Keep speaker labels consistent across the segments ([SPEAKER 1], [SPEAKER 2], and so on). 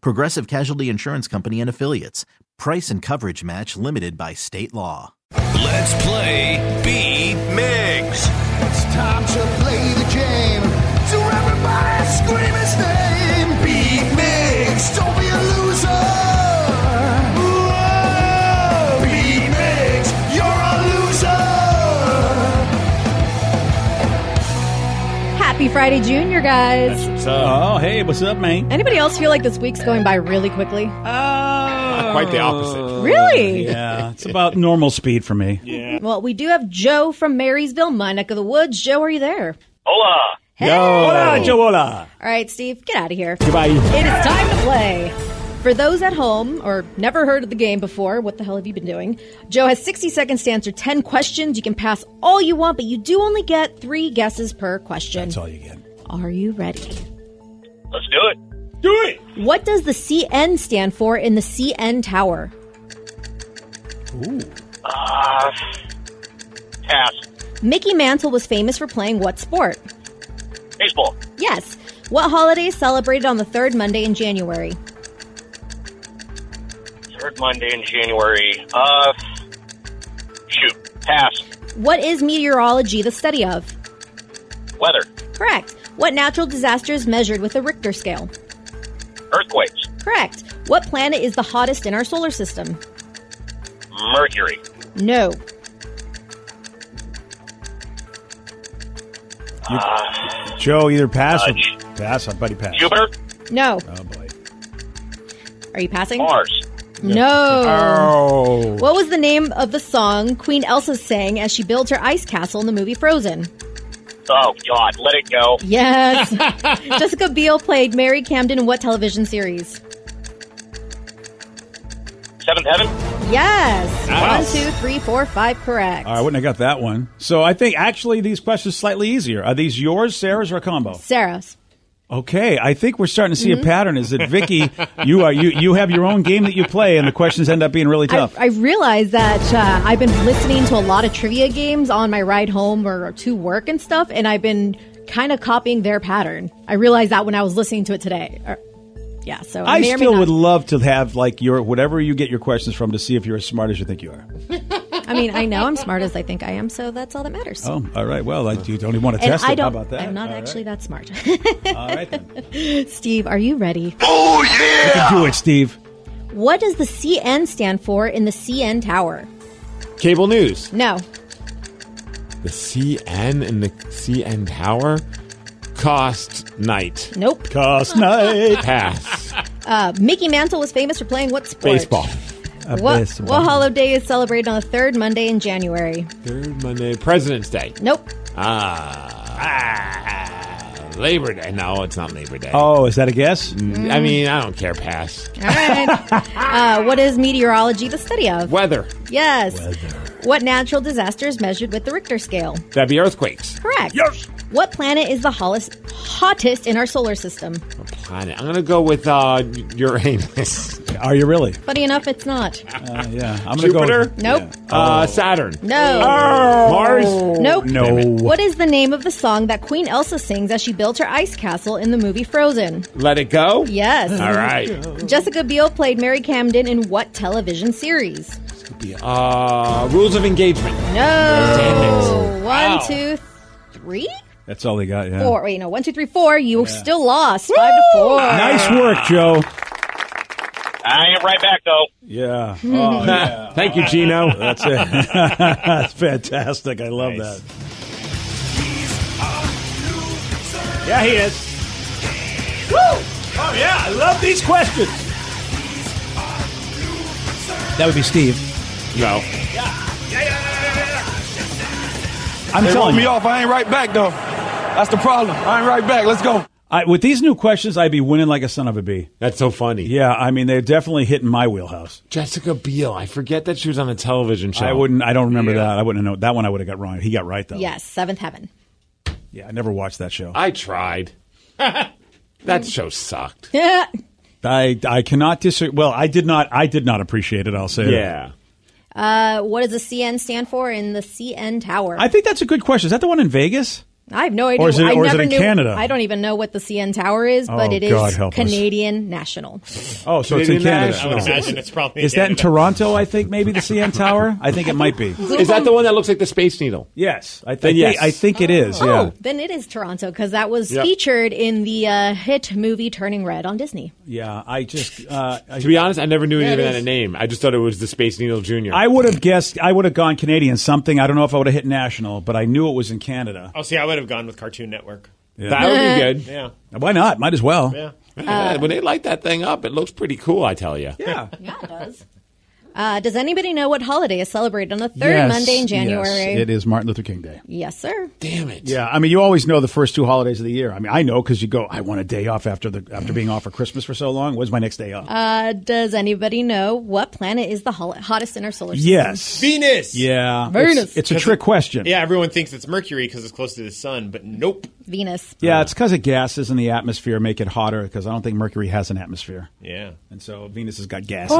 [SPEAKER 1] Progressive Casualty Insurance Company and Affiliates. Price and coverage match limited by state law.
[SPEAKER 2] Let's play B Migs.
[SPEAKER 3] It's time to play the game. So everybody scream his name. Beat Mix. Don't be a loser. Whoa. Beat Mix. You're a loser.
[SPEAKER 4] Happy Friday, Junior, guys.
[SPEAKER 5] What's up?
[SPEAKER 6] Oh, hey, what's up, man?
[SPEAKER 4] Anybody else feel like this week's going by really quickly?
[SPEAKER 6] Oh,
[SPEAKER 5] Quite the opposite.
[SPEAKER 4] Really?
[SPEAKER 6] Yeah, it's about normal speed for me.
[SPEAKER 4] Well, we do have Joe from Marysville, my neck of the woods. Joe, are you there?
[SPEAKER 7] Hola.
[SPEAKER 4] Hey.
[SPEAKER 6] Hola, Joela.
[SPEAKER 4] All right, Steve, get out of here.
[SPEAKER 6] Goodbye.
[SPEAKER 4] It is time to play. For those at home or never heard of the game before, what the hell have you been doing? Joe has 60 seconds to answer 10 questions. You can pass all you want, but you do only get three guesses per question.
[SPEAKER 6] That's all you get.
[SPEAKER 4] Are you ready?
[SPEAKER 7] Let's do it.
[SPEAKER 5] Do it.
[SPEAKER 4] What does the CN stand for in the CN Tower?
[SPEAKER 7] Uh, pass.
[SPEAKER 4] Mickey Mantle was famous for playing what sport?
[SPEAKER 7] Baseball.
[SPEAKER 4] Yes. What holiday is celebrated on the third Monday in January?
[SPEAKER 7] Third Monday in January. Uh, shoot. Pass.
[SPEAKER 4] What is meteorology the study of?
[SPEAKER 7] Weather.
[SPEAKER 4] Correct. What natural disaster is measured with a Richter scale?
[SPEAKER 7] Earthquakes.
[SPEAKER 4] Correct. What planet is the hottest in our solar system?
[SPEAKER 7] Mercury.
[SPEAKER 4] No.
[SPEAKER 6] Joe, either pass or
[SPEAKER 7] J-
[SPEAKER 6] pass. I buddy pass.
[SPEAKER 7] Jupiter.
[SPEAKER 4] No.
[SPEAKER 6] Oh boy.
[SPEAKER 4] Are you passing?
[SPEAKER 7] Mars.
[SPEAKER 4] No.
[SPEAKER 6] Oh.
[SPEAKER 4] What was the name of the song Queen Elsa sang as she builds her ice castle in the movie Frozen?
[SPEAKER 7] Oh, God. Let it go.
[SPEAKER 4] Yes. Jessica Biel played Mary Camden in what television series?
[SPEAKER 7] Seventh Heaven.
[SPEAKER 4] Yes.
[SPEAKER 6] Nice.
[SPEAKER 4] One, two, three, four, five. Correct.
[SPEAKER 6] All right, I wouldn't have got that one. So I think actually these questions are slightly easier. Are these yours, Sarah's, or a combo?
[SPEAKER 4] Sarah's.
[SPEAKER 6] Okay, I think we're starting to see a pattern. Is that Vicky? you are you you have your own game that you play, and the questions end up being really
[SPEAKER 4] I,
[SPEAKER 6] tough.
[SPEAKER 4] I realize that uh, I've been listening to a lot of trivia games on my ride home or to work and stuff, and I've been kind of copying their pattern. I realized that when I was listening to it today. Or- yeah, so I,
[SPEAKER 6] I
[SPEAKER 4] may or may
[SPEAKER 6] still
[SPEAKER 4] not-
[SPEAKER 6] would love to have like your whatever you get your questions from to see if you're as smart as you think you are.
[SPEAKER 4] I mean, I know I'm smart as I think I am, so that's all that matters.
[SPEAKER 6] Oh, all right. Well, I, you don't even want to
[SPEAKER 4] and
[SPEAKER 6] test
[SPEAKER 4] I
[SPEAKER 6] it. How
[SPEAKER 4] don't.
[SPEAKER 6] about that?
[SPEAKER 4] I'm not
[SPEAKER 6] All right.
[SPEAKER 4] actually that smart.
[SPEAKER 6] All right then.
[SPEAKER 4] Steve, are you ready?
[SPEAKER 3] Oh, yeah.
[SPEAKER 6] Do it, Steve.
[SPEAKER 4] What does the CN stand for in the CN Tower?
[SPEAKER 5] Cable news.
[SPEAKER 4] No,
[SPEAKER 5] The CN and the CN Tower cost night.
[SPEAKER 4] nope.
[SPEAKER 6] Cost night.
[SPEAKER 5] Pass.
[SPEAKER 4] Uh, Mickey Mantle was famous for playing what sport?
[SPEAKER 5] Baseball.
[SPEAKER 4] What, what holiday is celebrated on the third Monday in January?
[SPEAKER 5] Third Monday, President's Day.
[SPEAKER 4] Nope.
[SPEAKER 5] Ah. ah, Labor Day. No, it's not Labor Day.
[SPEAKER 6] Oh, is that a guess?
[SPEAKER 4] Mm.
[SPEAKER 5] I mean, I don't care. Pass.
[SPEAKER 4] All right. uh, what is meteorology the study of?
[SPEAKER 5] Weather.
[SPEAKER 4] Yes.
[SPEAKER 6] Mm.
[SPEAKER 4] What natural disaster is measured with the Richter scale?
[SPEAKER 5] That'd be earthquakes.
[SPEAKER 4] Correct. Yes. What planet is the hottest, hottest in our solar system?
[SPEAKER 5] What planet? I'm gonna go with uh, Uranus. Uh,
[SPEAKER 6] Are you really?
[SPEAKER 4] Funny enough, it's not.
[SPEAKER 6] Uh, yeah. I'm gonna
[SPEAKER 5] Jupiter.
[SPEAKER 6] go.
[SPEAKER 4] Nope.
[SPEAKER 6] Oh.
[SPEAKER 5] Uh, Saturn.
[SPEAKER 4] No.
[SPEAKER 5] Mars.
[SPEAKER 4] Nope.
[SPEAKER 6] No.
[SPEAKER 4] What is the name of the song that Queen Elsa sings as she built her ice castle in the movie Frozen?
[SPEAKER 5] Let it go.
[SPEAKER 4] Yes.
[SPEAKER 5] All right.
[SPEAKER 4] Jessica Biel played Mary Camden in what television series?
[SPEAKER 5] Uh, rules of engagement.
[SPEAKER 4] No.
[SPEAKER 5] Wow.
[SPEAKER 4] One, two, three,
[SPEAKER 6] That's all they got. Yeah.
[SPEAKER 4] four. Wait, no. One, two, three, four. You still lost. Five to four.
[SPEAKER 6] Nice work, Joe.
[SPEAKER 7] I am right back, though.
[SPEAKER 6] Yeah. Oh, yeah.
[SPEAKER 5] Thank you, Gino.
[SPEAKER 6] That's it. That's fantastic. I love
[SPEAKER 8] Nice.
[SPEAKER 6] that. Yeah, he is. Woo! Oh, yeah. I love these questions.
[SPEAKER 8] That would be Steve.
[SPEAKER 5] no.
[SPEAKER 6] I'm telling you.
[SPEAKER 3] off. I ain't right back though. That's the problem. I ain't right back. Let's go.
[SPEAKER 6] I, with these new questions, I'd be winning like a son of a bee.
[SPEAKER 5] That's so funny.
[SPEAKER 6] Yeah, I mean, they're definitely hitting my wheelhouse.
[SPEAKER 5] Jessica Biel. I forget that she was on a television show.
[SPEAKER 6] I wouldn't. I don't remember that. I wouldn't know that one. I would have got wrong. He got right though.
[SPEAKER 4] Yes, Seventh Heaven.
[SPEAKER 6] Yeah. I never watched that show.
[SPEAKER 5] I tried. that show sucked.
[SPEAKER 4] Yeah.
[SPEAKER 6] I I cannot disagree. Well, I did not. I did not appreciate it. I'll say. that.
[SPEAKER 5] Yeah.
[SPEAKER 4] Uh, what does the CN stand for in the CN Tower?
[SPEAKER 6] I think that's a good question. Is that the one in Vegas?
[SPEAKER 4] I have no idea.
[SPEAKER 6] Or is it-
[SPEAKER 4] I
[SPEAKER 6] or is it
[SPEAKER 4] never
[SPEAKER 6] in
[SPEAKER 4] knew,
[SPEAKER 6] Canada?
[SPEAKER 4] I don't even know what the CN Tower is, but
[SPEAKER 6] Oh,
[SPEAKER 4] it is
[SPEAKER 6] God help us.
[SPEAKER 4] Canadian national.
[SPEAKER 6] Oh, so it's in
[SPEAKER 5] Canadian
[SPEAKER 6] Canada.
[SPEAKER 5] National. I would
[SPEAKER 8] imagine it's probably in
[SPEAKER 6] Is that in
[SPEAKER 8] Canada.
[SPEAKER 6] Toronto? I think maybe the CN Tower. I think it might be.
[SPEAKER 5] Is that the one that looks like the Space Needle?
[SPEAKER 6] Yes, I
[SPEAKER 5] Then
[SPEAKER 6] think.
[SPEAKER 5] yes.
[SPEAKER 6] I think it is. Yeah.
[SPEAKER 4] Oh, then it is Toronto because that was
[SPEAKER 5] Yep.
[SPEAKER 4] featured in the uh, hit movie Turning Red on Disney.
[SPEAKER 6] Yeah. I just. Uh, I,
[SPEAKER 5] To be honest, I never knew it
[SPEAKER 4] Yeah,
[SPEAKER 5] even
[SPEAKER 4] it
[SPEAKER 5] had a
[SPEAKER 4] is.
[SPEAKER 5] name. I just thought it was the Space Needle Junior.
[SPEAKER 6] I would have guessed. I would have gone Canadian something. I don't know if I would have hit national, but I knew it was in Canada.
[SPEAKER 8] Oh, see, I would have gone with Cartoon Network.
[SPEAKER 5] that would be good.
[SPEAKER 8] Yeah,
[SPEAKER 6] Why not? Might as well.
[SPEAKER 8] yeah.
[SPEAKER 5] Yeah, when they light that thing up, it looks pretty cool. I tell you.
[SPEAKER 6] Yeah.
[SPEAKER 4] Yeah, it does. Uh, does anybody know what holiday is celebrated on the third
[SPEAKER 6] Yes,
[SPEAKER 4] Monday in January?
[SPEAKER 6] yes, it is Martin Luther King Day.
[SPEAKER 4] Yes, sir.
[SPEAKER 5] Damn it.
[SPEAKER 6] Yeah, I mean, you always know the first two holidays of the year. I mean, I know because you go, I want a day off after the after being off for Christmas for so long. When's my next day off?
[SPEAKER 4] Uh, does anybody know what planet is the hol- hottest in our solar system?
[SPEAKER 6] yes,
[SPEAKER 8] Venus.
[SPEAKER 6] Yeah,
[SPEAKER 4] Venus.
[SPEAKER 6] It's, it's a trick question.
[SPEAKER 8] Yeah, everyone thinks it's Mercury because it's close to the sun, but nope.
[SPEAKER 4] Venus.
[SPEAKER 6] yeah, it's because of gases in the atmosphere make it hotter. Because I don't think Mercury has an atmosphere,
[SPEAKER 8] Yeah.
[SPEAKER 6] and so Venus has got gases.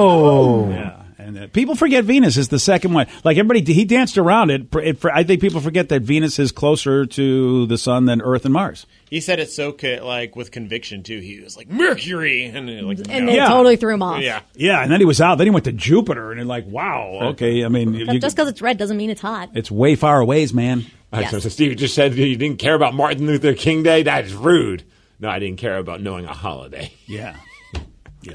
[SPEAKER 6] Oh, yeah. And uh, people forget Venus is the second one. Like everybody, he danced around it. Pr- it pr- I think people forget that Venus is closer to the sun than Earth and Mars.
[SPEAKER 8] He said it so co- like with conviction too. He was like Mercury, and then, like
[SPEAKER 4] And
[SPEAKER 8] no.
[SPEAKER 4] it
[SPEAKER 6] Yeah.
[SPEAKER 4] totally threw him off.
[SPEAKER 8] yeah.
[SPEAKER 6] Yeah, and then he was out. Then he went to Jupiter, and you're like, wow, okay. I mean, you,
[SPEAKER 4] Just because it's red doesn't mean it's hot.
[SPEAKER 6] it's way far away, man.
[SPEAKER 5] All right,
[SPEAKER 4] Yes.
[SPEAKER 5] so, so Steve just said you didn't care about Martin Luther King Day. That is rude. No, I didn't care about knowing a holiday.
[SPEAKER 6] Yeah. Yeah.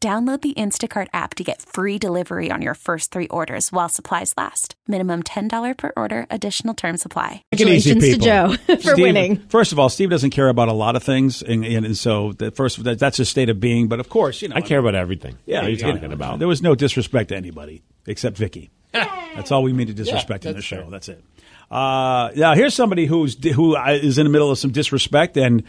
[SPEAKER 9] Download the Instacart app to get free delivery on your first three orders while supplies last. Minimum $10 per order, additional term supply.
[SPEAKER 4] Congratulations to Joe for
[SPEAKER 6] Steve-
[SPEAKER 4] winning.
[SPEAKER 6] First of all, Steve doesn't care about a lot of things, and, and, and so the first that, that's his state of being. But of course, you know,
[SPEAKER 5] I care about everything.
[SPEAKER 6] Yeah,
[SPEAKER 5] what are you
[SPEAKER 6] know,
[SPEAKER 5] talking about?
[SPEAKER 6] There was no disrespect to anybody except Vicky. that's all we mean to disrespect in this show. That's it. Uh, now here's somebody who's who I- is in the middle of some disrespect, and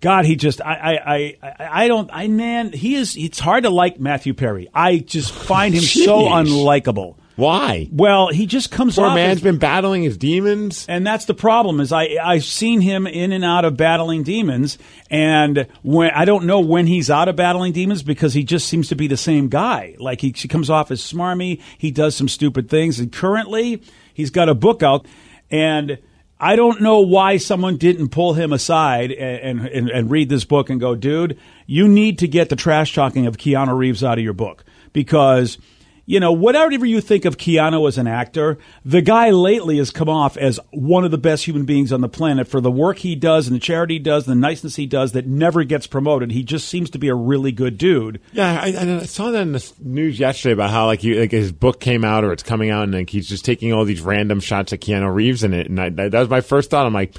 [SPEAKER 6] God, he just I I I- I, I don't I man, he is. It's hard to like Matthew Perry. I just find him so
[SPEAKER 5] Jeez.
[SPEAKER 6] unlikable.
[SPEAKER 5] Why?
[SPEAKER 6] Well, he just comes
[SPEAKER 5] Poor
[SPEAKER 6] off
[SPEAKER 5] man's
[SPEAKER 6] as-
[SPEAKER 5] been battling his demons.
[SPEAKER 6] and that's the problem is I I've seen him in and out of battling demons, and when I don't know when he's out of battling demons because he just seems to be the same guy. Like he, he comes off as smarmy, he does some stupid things, and currently he's got a book out, and I don't know why someone didn't pull him aside and and, and, and read this book and go, dude, you need to get the trash talking of Keanu Reeves out of your book because you know, whatever you think of Keanu as an actor, the guy lately has come off as one of the best human beings on the planet for the work he does and the charity he does and the niceness he does that never gets promoted. He just seems to be a really good dude.
[SPEAKER 5] Yeah, I, I I saw that in the s- news yesterday about how like he, like his book came out or it's coming out, and like he's just taking all these random shots at Keanu Reeves in it. And I, that that was my first thought. I'm like,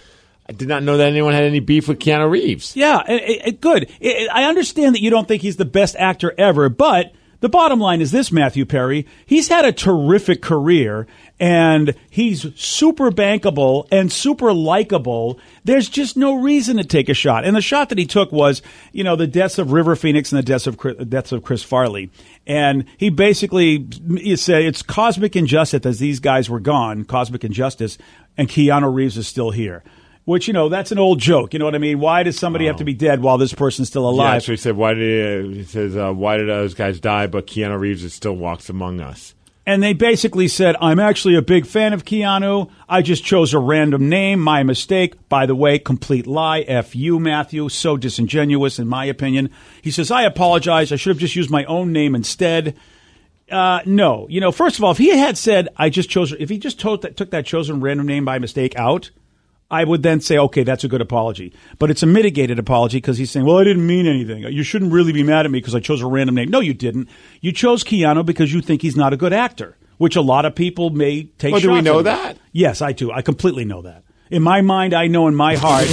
[SPEAKER 5] I did not know that anyone had any beef with Keanu Reeves.
[SPEAKER 6] Yeah, it, it- it- good. It- it- I understand that you don't think he's the best actor ever, but the bottom line is this, Matthew Perry. He's had a terrific career and he's super bankable and super likable. There's just no reason to take a shot. And the shot that he took was, you know, the deaths of River Phoenix and the deaths of Chris, deaths of Chris Farley. And he basically mm, he said it's cosmic injustice as these guys were gone, cosmic injustice, and Keanu Reeves is still here. Which you know that's an old joke. You know what I mean? Why does somebody have to be dead while this person's still
[SPEAKER 5] Yeah,
[SPEAKER 6] alive?
[SPEAKER 5] so he said, "Why did he says uh, Why did those guys die?" But Keanu Reeves is still walks among us.
[SPEAKER 6] And they basically said, I'm actually a big fan of Keanu. I just chose a random name. My mistake. By the way, complete lie. F you, Matthew. So disingenuous, in my opinion. He says, I apologize. I should have just used my own name instead. Uh, no. You know, first of all, if he had said, I just chose, if he just told that, took that chosen random name by mistake out, I would then say, okay, that's a good apology. But it's a mitigated apology because he's saying, well, I didn't mean anything. You shouldn't really be mad at me because I chose a random name. No, you didn't. You chose Keanu because you think he's not a good actor, which a lot of people may take
[SPEAKER 5] Well, do we
[SPEAKER 6] shots
[SPEAKER 5] know
[SPEAKER 6] at him.
[SPEAKER 5] that?
[SPEAKER 6] Yes, I do. I completely know that. In my mind, I know in my heart.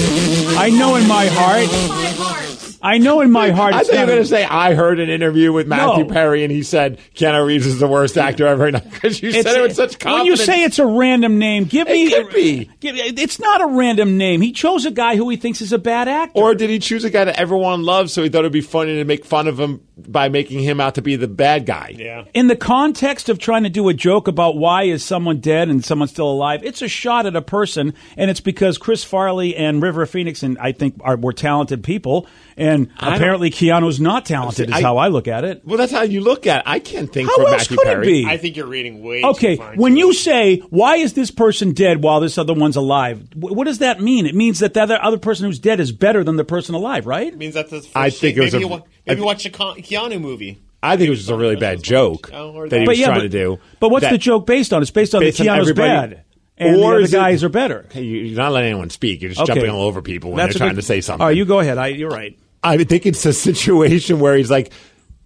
[SPEAKER 6] I know in my heart. I know in my heart.
[SPEAKER 5] I
[SPEAKER 6] it's
[SPEAKER 5] thought you
[SPEAKER 6] not
[SPEAKER 5] were going
[SPEAKER 6] a-
[SPEAKER 5] to say I heard an interview with Matthew
[SPEAKER 6] No.
[SPEAKER 5] Perry, and he said Keanu Reeves is the worst actor ever. Because you said it with such confidence.
[SPEAKER 6] When you say it's a random name, give
[SPEAKER 5] It
[SPEAKER 6] me.
[SPEAKER 5] could be.
[SPEAKER 6] give- it's not a random name. He chose a guy who he thinks is a bad actor.
[SPEAKER 5] Or did he choose a guy that everyone loves, so he thought it'd be funny to make fun of him by making him out to be the bad guy? Yeah.
[SPEAKER 6] in the context of trying to do a joke about why is someone dead and someone still alive, it's a shot at a person, and it's because Chris Farley and River Phoenix and I think are were talented people, and
[SPEAKER 5] don't-
[SPEAKER 6] apparently Keanu's not talented
[SPEAKER 5] See,
[SPEAKER 6] is
[SPEAKER 5] I-
[SPEAKER 6] how I look at it.
[SPEAKER 5] Well, that's how you look at. it. I can't think
[SPEAKER 6] How
[SPEAKER 5] for
[SPEAKER 6] else
[SPEAKER 5] Matthew
[SPEAKER 6] could it
[SPEAKER 5] Perry.
[SPEAKER 6] be?
[SPEAKER 8] I think you're reading way
[SPEAKER 6] Okay,
[SPEAKER 8] too fine.
[SPEAKER 6] when you say why is this person dead while this other one's alive, wh- what does that mean? It means that the other, other person who's dead is better than the person alive, right?
[SPEAKER 8] means that's the first
[SPEAKER 5] I
[SPEAKER 8] thing.
[SPEAKER 5] think it was
[SPEAKER 8] maybe
[SPEAKER 5] a-
[SPEAKER 8] you wa- maybe
[SPEAKER 5] I-
[SPEAKER 8] watch a Con- Keanu movie.
[SPEAKER 5] I think it was just a really bad joke
[SPEAKER 8] Oh, or
[SPEAKER 5] that he
[SPEAKER 8] that.
[SPEAKER 5] was
[SPEAKER 6] yeah,
[SPEAKER 5] trying to do.
[SPEAKER 6] But what's
[SPEAKER 5] that-
[SPEAKER 6] the joke based on? It's based on
[SPEAKER 5] Based
[SPEAKER 6] that
[SPEAKER 5] on
[SPEAKER 6] Keanu's
[SPEAKER 5] everybody-
[SPEAKER 6] bad, and
[SPEAKER 5] Or
[SPEAKER 6] the
[SPEAKER 5] is
[SPEAKER 6] other
[SPEAKER 5] it-
[SPEAKER 6] guys are better.
[SPEAKER 5] Hey, you- You're not letting anyone speak. You're just
[SPEAKER 6] Okay.
[SPEAKER 5] jumping all over people when
[SPEAKER 6] That's
[SPEAKER 5] they're
[SPEAKER 6] a
[SPEAKER 5] trying
[SPEAKER 6] good-
[SPEAKER 5] to say something.
[SPEAKER 6] All right, you go ahead. I, you're right.
[SPEAKER 5] I think it's a situation where he's like,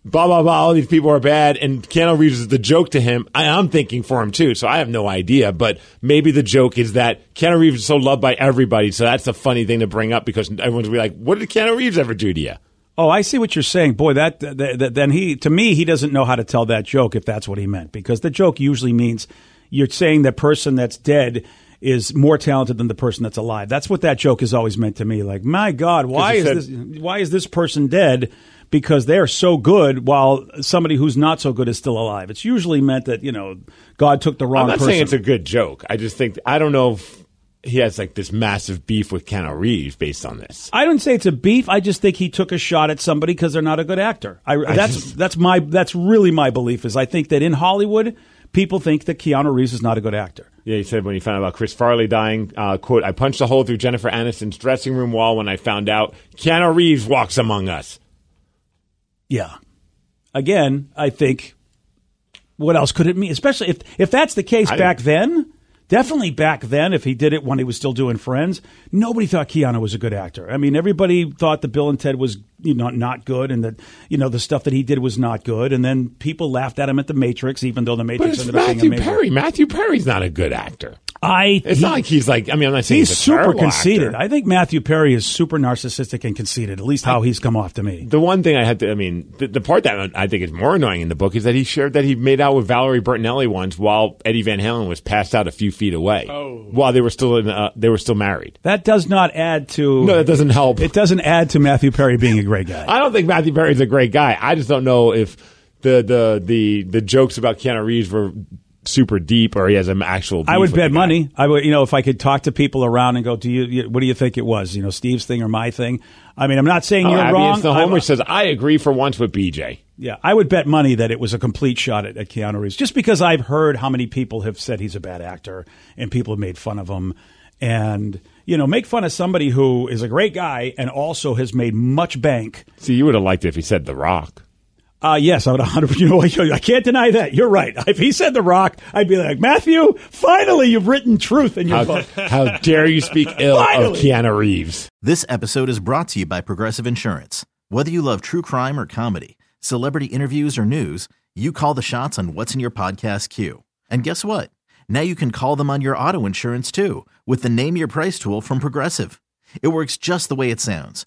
[SPEAKER 5] blah blah blah. All these people are bad, and Keanu Reeves is the joke to him. I, I'm thinking for him too, so I have no idea. But maybe the joke is that Keanu Reeves is so loved by everybody, so that's a funny thing to bring up because everyone's gonna be like, "What did Keanu Reeves ever do to you?"
[SPEAKER 6] Oh, I see what you're saying. Boy, that, that, that then he to me he doesn't know how to tell that joke if that's what he meant because the joke usually means you're saying the person that's dead is more talented than the person that's alive. That's what that joke is always meant to me. Like, my God, why
[SPEAKER 5] it
[SPEAKER 6] is
[SPEAKER 5] said-
[SPEAKER 6] this why is this person dead? Because they're so good, while somebody who's not so good is still alive. It's usually meant that you know God took the wrong
[SPEAKER 5] I'm not
[SPEAKER 6] person.
[SPEAKER 5] saying it's a good joke. I just think I don't know if he has like this massive beef with Keanu Reeves based on this.
[SPEAKER 6] I don't say it's a beef. I just think he took a shot at somebody because they're not a good actor. I, that's
[SPEAKER 5] just-
[SPEAKER 6] that's my that's really my belief is I think that in Hollywood people think that Keanu Reeves is not a good actor.
[SPEAKER 5] Yeah, he said when he found out about Chris Farley dying, uh, quote, I punched a hole through Jennifer Aniston's dressing room wall when I found out Keanu Reeves walks among us.
[SPEAKER 6] Yeah. Again, I think what else could it mean? Especially if if that's the case
[SPEAKER 5] I-
[SPEAKER 6] back then. Definitely back then, if he did it when he was still doing Friends, nobody thought Keanu was a good actor. I mean, everybody thought that Bill and Ted was you know not good, and that you know the stuff that he did was not good. And then people laughed at him at The Matrix, even though The
[SPEAKER 5] But
[SPEAKER 6] Matrix
[SPEAKER 5] it's
[SPEAKER 6] ended up being
[SPEAKER 5] Matthew
[SPEAKER 6] amazing.
[SPEAKER 5] Perry. Matthew Perry's not a good actor.
[SPEAKER 6] I
[SPEAKER 5] It's
[SPEAKER 6] he-
[SPEAKER 5] not like he's like, I mean, I'm not saying
[SPEAKER 6] he's,
[SPEAKER 5] he's, a
[SPEAKER 6] super
[SPEAKER 5] terrible
[SPEAKER 6] conceited.
[SPEAKER 5] actor.
[SPEAKER 6] I think Matthew Perry is super narcissistic and conceited. At least how he's come off to me.
[SPEAKER 5] the one thing I had to, I mean, the, the part that I think is more annoying in the book is that he shared that he made out with Valerie Bertinelli once while Eddie Van Halen was passed out a few feet away. Oh. While they were still in, uh, they were still married.
[SPEAKER 6] That does not add to.
[SPEAKER 5] No, that doesn't help.
[SPEAKER 6] It doesn't add to Matthew Perry being a great guy.
[SPEAKER 5] I don't think Matthew Perry's a great guy. I just don't know if the the the the jokes about Keanu Reeves were super deep or he has an actual.
[SPEAKER 6] I
[SPEAKER 5] beef
[SPEAKER 6] would
[SPEAKER 5] with the
[SPEAKER 6] bet
[SPEAKER 5] guy.
[SPEAKER 6] money. I would, you know, if I could talk to people around and go, "Do you, you? What do you think it was? You know, Steve's thing or my thing?" I mean, I'm not saying
[SPEAKER 5] Oh,
[SPEAKER 6] you're
[SPEAKER 5] I mean,
[SPEAKER 6] wrong.
[SPEAKER 5] it's the
[SPEAKER 6] I'm-
[SPEAKER 5] homer says I agree for once with BJ.
[SPEAKER 6] yeah, I would bet money that it was a complete shot at, at Keanu Reeves, just because I've heard how many people have said he's a bad actor and people have made fun of him, and you know, make fun of somebody who is a great guy and also has made much bank.
[SPEAKER 5] See, you would have liked it if he said The Rock.
[SPEAKER 6] Uh, yes, I would 100. You know, I can't deny that. You're right. If he said The Rock, I'd be like, Matthew, finally, you've written truth in your
[SPEAKER 5] How,
[SPEAKER 6] book.
[SPEAKER 5] how dare you speak ill of
[SPEAKER 6] Finally.
[SPEAKER 5] Keanu Reeves?
[SPEAKER 1] This episode is brought to you by Progressive Insurance. Whether you love true crime or comedy, celebrity interviews or news, you call the shots on what's in your podcast queue. And guess what? Now you can call them on your auto insurance too with the Name Your Price tool from Progressive. It works just the way it sounds.